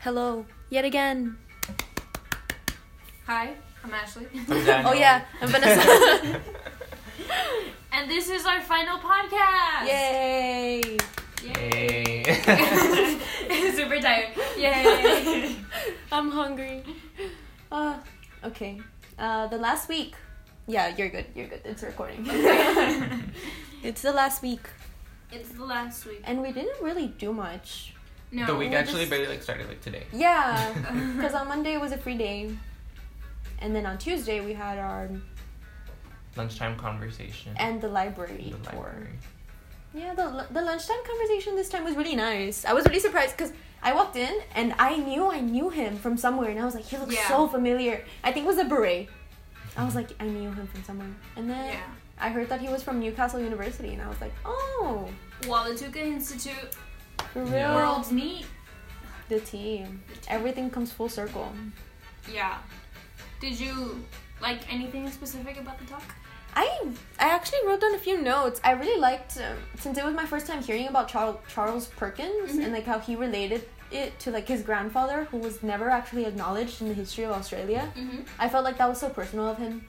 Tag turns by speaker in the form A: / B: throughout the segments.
A: Hello, yet again.
B: Hi, I'm Ashley.
A: Oh yeah, I'm Vanessa.
B: and this is our final podcast!
A: Yay!
B: Yay!
C: Hey.
B: Super tired. Yay!
A: I'm hungry. Uh, okay. Uh, the last week. Yeah, you're good. You're good. It's recording. it's the last week,
B: it's the last week.
A: and we didn't really do much.
B: No.
C: the week
B: we're
C: actually
B: just-
C: barely like started like today.
A: Yeah, because on Monday was a free day, and then on Tuesday we had our
C: Lunchtime conversation.
A: and the library
C: in the
A: tour.
C: library.
A: Yeah, the, the lunchtime conversation this time was really nice. I was really surprised because I walked in and I knew I knew him from somewhere, and I was like, he looks
B: Yeah.
A: so familiar. I think it was the beret. I was like, I knew him from somewhere, and then
B: Yeah.
A: I heard that he was from Newcastle University, and I was like, oh,
B: Wallatuka Institute.
A: for real,
C: Yeah.
B: World Meet.
A: the team. Everything comes full circle.
B: Yeah. Did you like anything specific about the talk?
A: I I actually wrote down a few notes. I really liked um, since it was my first time hearing about Charles Charles Perkins
B: Mhm.
A: and like how he related it to like his grandfather who was never actually acknowledged in the history of Australia.
B: Mm-hmm.
A: I felt like that was so personal of him.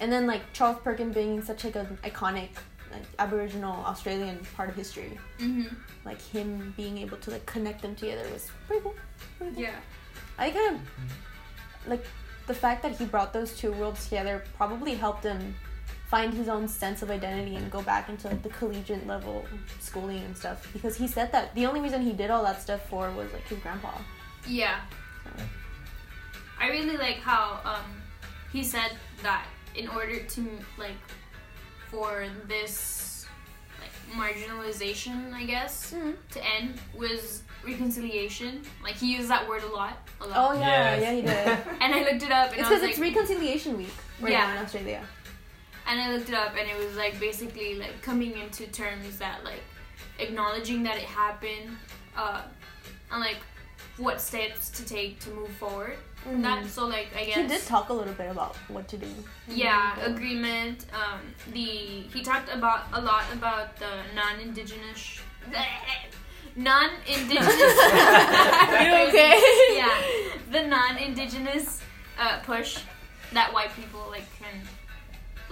A: And then like Charles Perkins being such like an iconic like Aboriginal Australian part of history,
B: Mm-hmm.
A: like him being able to like connect them together was pretty cool. Pretty cool.
B: Yeah.
A: I kind of like the fact that he brought those two worlds together probably helped him find his own sense of identity and go back into like the collegiate level schooling and stuff because he said that the only reason he did all that stuff for was like his grandpa.
B: Yeah. I really like how um, he said that in order to like for this like marginalization, I guess,
A: Mhm.
B: to end was reconciliation. Like he used that word a lot, a
A: Oh
B: lot.
A: yeah,
C: Yes.
A: yeah he did.
B: And I looked it up, and
A: it's
B: I was
A: because
B: like,
A: it's Reconciliation Week right
B: Yeah.
A: now in Australia.
B: and I looked it up, and it was like basically like coming into terms that like acknowledging that it happened, uh, and like what steps to take to move forward. from Mm-hmm. That so like I guess
A: Mm-hmm. He did talk a little bit about what to do.
B: yeah
A: Mhm.
B: agreement um the he talked about a lot about the non-indigenous non-indigenous
A: You okay?
B: yeah the non-indigenous uh, push that white people like can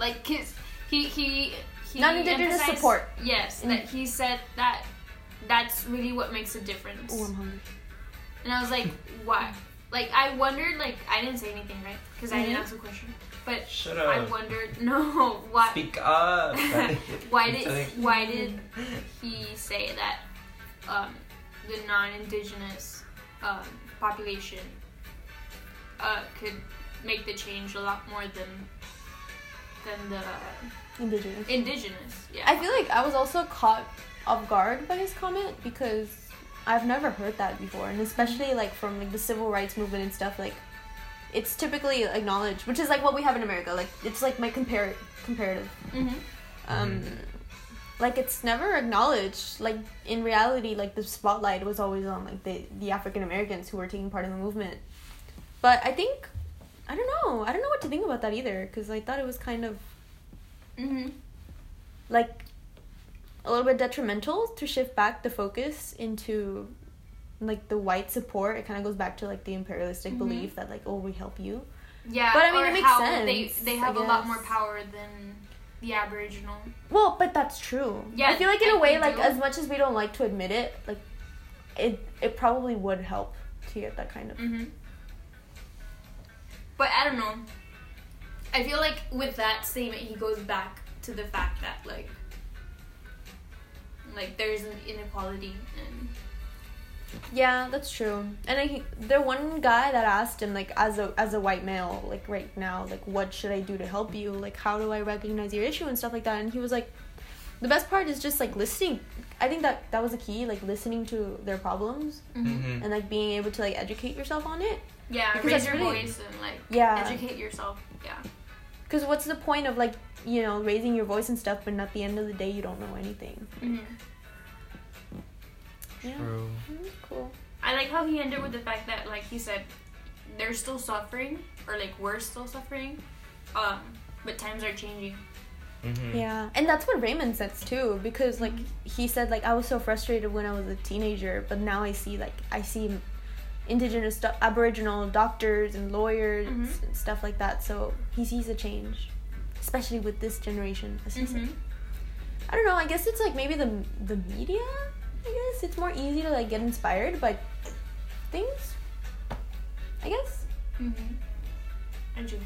B: like his, he he he
A: Non-Indigenous
B: emphasized-
A: support. Mm.
B: yes that he said that that's really what makes a difference
A: Oh, I'm hungry.
B: and I was like why like I wondered like I didn't say anything right because I didn't
A: Mhm.
B: ask a question but
C: Shut
B: I
C: up.
B: wondered no why
C: Uh, Speak up.
B: why did
C: Something.
B: why did he say that um, the non-indigenous um, population uh, could make the change a lot more than than the
A: Indigenous.
B: indigenous? Yeah,
A: I feel like I was also caught off guard by his comment because I've never heard that before, and especially like from like the civil rights movement and stuff. Like, it's typically acknowledged, which is like what we have in America. Like, it's like my compar- comparative.
B: hmm
A: Um, Like, it's never acknowledged. Like in reality, like the spotlight was always on like the the African Americans who were taking part in the movement. But I think I don't know. I don't know what to think about that either because I thought it was kind of
B: hmm
A: like a little bit detrimental to shift back the focus into like the white support it kind of goes back to like the imperialistic
B: Mhm.
A: belief that like oh we help you
B: yeah.
A: But I mean,
B: or
A: it makes
B: how
A: sense,
B: They they
A: I
B: have a lot
A: guess.
B: more power than the Aboriginal.
A: well but that's true
B: Yeah,
A: i feel like in
B: I-
A: a way
B: I
A: like
B: do.
A: as much as we don't like to admit it like it it probably would help to get that kind of
B: hmm But I don't know. I feel like with that statement, he goes back to the fact that like, like there's an inequality and
A: yeah that's true and i the one guy that asked him like as a as a white male like right now like what should i do to help you like how do i recognize your issue and stuff like that and he was like the best part is just like listening i think that that was the key like listening to their problems
C: Mhm.
A: and like being able to like educate yourself on it
B: yeah,
A: Because
B: raise
A: that's
B: your
A: really-
B: voice and like
A: Yeah.
B: educate yourself. Yeah,
A: because what's the point of like you know raising your voice and stuff but at the end of the day you don't know anything yeah
C: True.
A: Mm, cool
B: I like how he ended with the fact that like he said, they're still suffering or like we're still suffering, um, but times are changing.
C: Mhm.
A: Yeah, and that's what Raymond says too, because like he said, like I was so frustrated when I was a teenager, but now I see like I see indigenous do- aboriginal doctors and lawyers
B: Mhm.
A: and stuff like that so he sees a change especially with this generation as he said.
B: Mhm.
A: i don't know i guess it's like maybe the the media i guess it's more easy to like get inspired by things i guess Mm-hmm.
B: Mhm. And you.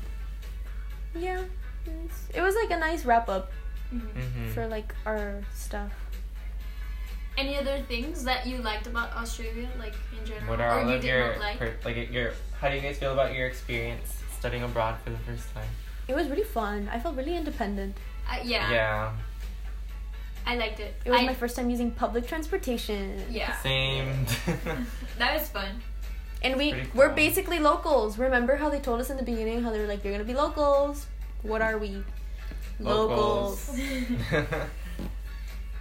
A: yeah It's- it was like a nice wrap up
B: Mhm.
C: Mm-hmm.
A: for like our stuff
B: Any other things that you liked about Australia, like in general,
C: What
B: or
C: are all
B: you
C: of
B: did
C: your
B: not like?
C: per- like your how do you guys feel about your experience studying abroad for the first time?
A: it was really fun i felt really independent
B: Uh, yeah,
C: Yeah.
B: I liked it.
A: it was
B: I-
A: my first time using public transportation
B: Yeah,
C: Same.
B: that was fun.
A: And we
C: Pretty
A: we're
C: cool.
A: basically locals. Remember how they told us in the beginning how they were like, "You're gonna be locals." What are we? Locals.
B: Anything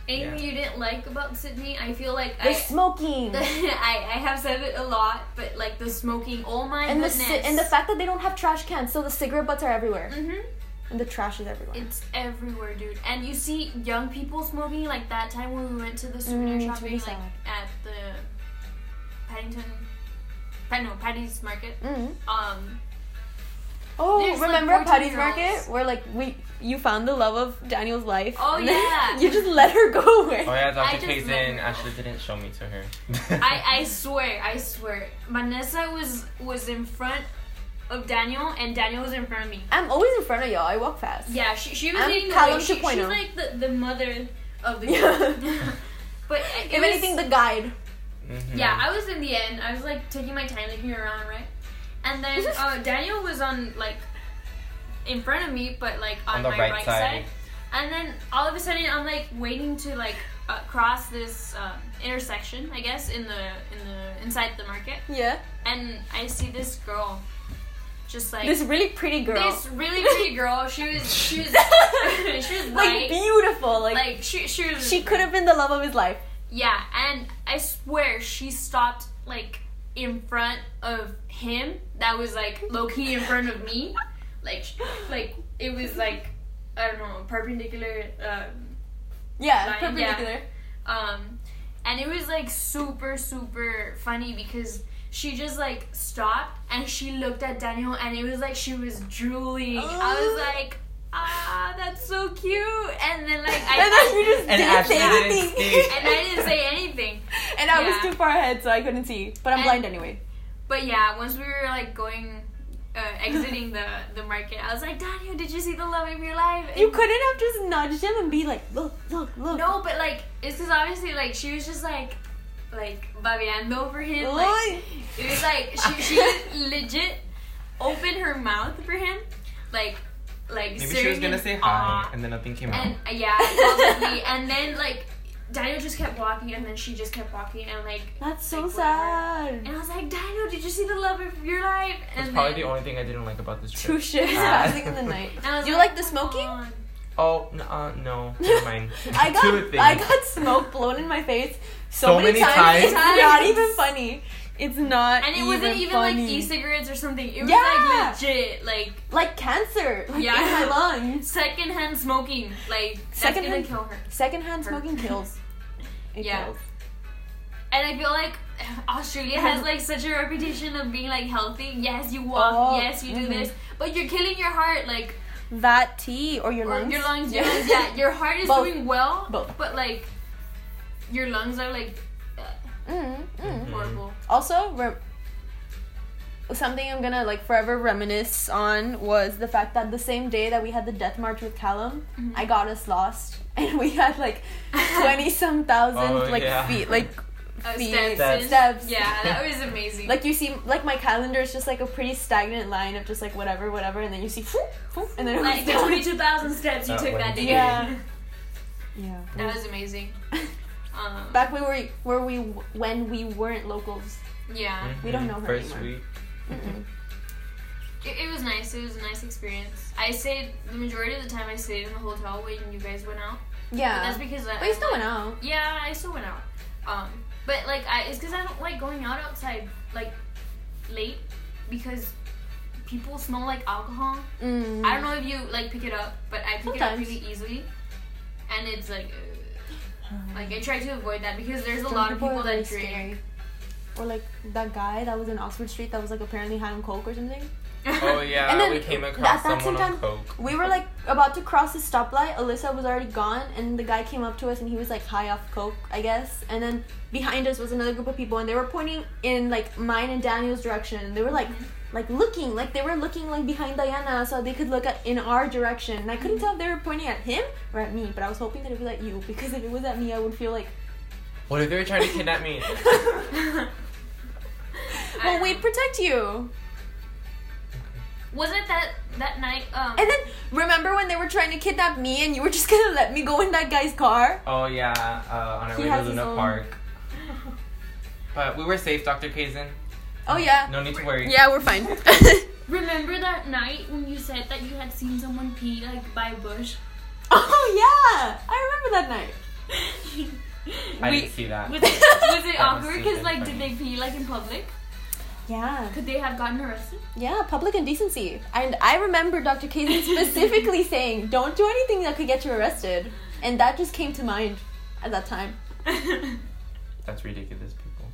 B: you didn't like about Sydney? I feel like
A: They're
B: I,
A: smoking.
B: I I have said it a lot, but like the smoking. Oh my
A: and the
B: goodness!
A: ci- and the fact that they don't have trash cans, so the cigarette butts are everywhere,
B: Mhm.
A: and the trash is everywhere.
B: It's everywhere, dude. And you see young people smoking like that time when we went to the souvenir
A: Mm, it's
B: shopping,
A: really
B: like
A: sad.
B: at the Paddington, Pat- no Patty's Market.
A: Mm.
B: Um,
A: Oh,
B: There's, like,
A: remember at Patty's
B: 14-year-olds.
A: Market where like we you found the love of Daniel's life.
B: Oh,
A: and then
B: yeah.
A: you just let her go away.
C: Oh yeah,
B: I
C: Dr.
B: just
C: Kazin
B: remembered.
C: actually didn't show me to her.
B: I I swear, I swear, Vanessa was was in front of Daniel, and Daniel was in front of me.
A: I'm always in front of y'all. I walk fast.
B: Yeah, she, she was
A: I'm
B: leading the
A: Callum
B: way. She, she's
A: 2.0.
B: like the, the mother of the
A: oh. Yeah.
B: group. but uh, it
A: If
B: was-
A: anything, the guide.
C: Mhm.
B: yeah, I was in the end. I was like taking my time, looking around, right? And then uh, Daniel was on like in front of me, but like on,
C: On the
B: my
C: right
B: right,
C: side.
B: side. And then all of a sudden, I'm like waiting to like uh, cross this um, intersection, I guess, in the in the inside the market.
A: Yeah.
B: And I see this girl, just like
A: This really pretty girl.
B: this really pretty girl. She was she was she was
A: like
B: white.
A: beautiful. like
B: like she she was
A: she could have been the love of his life.
B: yeah, and I swear she stopped like in front of him. That was like low key in front of me, like sh- like it was like I don't know perpendicular. Um,
A: Yeah,
B: Line,
A: perpendicular.
B: um, and it was like super super funny because she just like stopped and she looked at Daniel and it was like she was drooling. I was
A: Oh.
B: like, ah, that's so cute. And then like
A: and then you
B: I.
A: just
C: And
A: didn't say
C: Ashley didn't
A: anything.
C: speak.
B: And I didn't say anything.
A: And I was
B: Yeah.
A: too far ahead, so I couldn't see. But I'm
B: And-
A: blind anyway.
B: But yeah, once we were like going, uh, exiting the the market, I was like, Daniel, did you see the love of your life?
A: You couldn't have just nudged him and be like, look, look, look.
B: No, but like this is obviously like she was just like, like babeando for him.
A: Look.
B: Like, it was like she she legit opened her mouth for him, like like.
C: Maybe she
B: staring
C: was gonna
B: him
C: say hi,
B: aw.
C: and then nothing came out.
B: And uh, yeah, probably. and then like Daniel just kept walking, and then she just kept walking, and like.
A: That's so
B: like, whatever.
A: sad.
B: And I was like, Daniel, did you see the love of your life?
C: That's
B: and
C: probably
B: then-
C: the only thing I didn't like about this
A: Two
C: trip.
A: shifts
C: Ah.
A: passing in the night.
B: And I was
A: You like the
B: "Come
A: smoking?"
B: on.
C: Oh, n- uh, no, never mind.
A: I
C: Two
A: got
C: things.
A: I got smoke blown in my face so,
C: So
A: many,
C: many
A: times. It's
B: times.
A: not even funny. It's not.
B: And it wasn't even like
A: funny.
B: e-cigarettes or something. It was
A: Yeah.
B: like legit, like
A: Like cancer. Like
B: Yeah.
A: in my lungs.
B: secondhand smoking. Like that's
A: Secondhand-
B: gonna kill her.
A: Secondhand smoking kills. It
B: Yeah.
A: kills.
B: And I feel like Australia has like such a reputation of being like healthy. Yes, you walk.
A: Oh,
B: yes, you do
A: mhm.
B: this. But you're killing your heart. Like
A: That tea or your
B: or
A: lungs.
B: your lungs. Your lungs. Yeah, your heart is
A: Both.
B: doing well.
A: Both.
B: But like your lungs are like uh,
A: Mm, mm.
C: Mhm.
B: horrible.
A: Also, re- something I'm gonna like forever reminisce on was the fact that the same day that we had the death march with Callum, Mm-hmm.
B: Mm-hmm. Uh,
A: I got us lost, and we had like twenty some thousand
C: Oh,
A: like
C: yeah.
A: feet, like
B: Uh,
A: feet,
B: steps.
C: Steps.
A: steps.
B: Yeah, that was amazing.
A: Like you see, like my calendar is just like a pretty stagnant line of just like whatever, whatever, and then you see, whoop, whoop, and then it
B: like
A: was
B: the
A: down.
B: twenty-two thousand steps you
C: That
B: took
C: one.
B: that day.
A: Yeah. Yeah.
B: That was amazing. Um,
A: Back where we where we when we weren't locals.
B: yeah,
A: uh,
C: Mm.
A: We don't know her
C: Mm-hmm. First
A: anymore.
C: week.
A: Mm-mm.
B: it, it was nice. It was a nice experience. I stayed the majority of the time. I stayed in the hotel when you guys went out. But
A: Yeah.
B: that's because I,
A: But you still went out.
B: Yeah, I still went out. Um, but like, I it's because I don't like going out outside like late because people smell like alcohol.
A: Mm.
B: I don't know if you like pick it up, but I pick it up
A: Sometimes.
B: really easily, and it's like. uh, Like I try to avoid that because thereres a lot
A: are
B: of people
A: really
B: that drink.
A: scary. or like that guy that was in Oxford Street that was like apparently high on coke or something.
C: Oh yeah,
A: And then
C: we came
A: at
C: across
A: that
C: someone
A: same
C: on
A: time-
C: coke.
A: We were like about to cross the stoplight. Alyssa was already gone, and the guy came up to us, and he was like high off coke, I guess. And then behind us was another group of people, and they were pointing in like mine and Daniel's direction. They were like, like looking, like they were looking like behind Diana, so they could look at in our direction. And I couldn't tell
C: Mm-hmm.
A: if they were pointing at him or at me, but I was hoping that it was at you because if it was at me, I would feel like.
C: What if they were trying to kidnap me?
A: well, we'd protect you.
B: Wasn't that that night? Um,
A: And then remember when they were trying to kidnap me, and you were just gonna let me go in that guy's car?
C: Oh yeah, uh, on our
A: He
C: way
A: has
C: to
A: his
C: Luna
A: own-
C: Park. But we were safe, Dr. Kazen.
A: Oh yeah.
C: No need to worry.
A: Yeah, we're fine.
B: remember that night when you said that you had seen someone pee like by a bush?
A: Oh yeah, I remember that night.
C: I
B: We-
C: didn't see that.
B: Was it, was it
C: That was
B: awkward? Because
C: stupid,
B: like,
C: funny.
B: did they pee like in public?
A: Yeah,
B: Could they have gotten arrested?
A: yeah, public indecency. And I remember Dr. Kazin specifically saying, "Don't do anything that could get you arrested," and that just came to mind at that time.
C: That's ridiculous, people.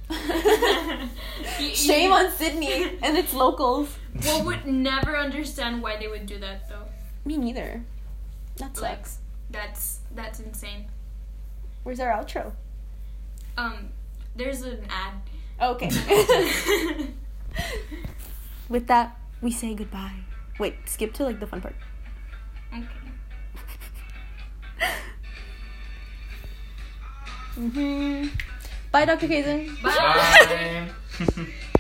B: You-
A: Shame
B: you-
A: on Sydney and its locals.
B: One would never understand why they would do that though.
A: Me neither. That
B: Like,
A: sucks.
B: that's that's insane.
A: Where's our outro?
B: Um, there's an ad.
A: Oh, Okay. With that, we say goodbye. Wait, skip to like the fun part.
B: okay.
A: hmm Bye, Dr. Kazin.
B: Bye.
C: Bye.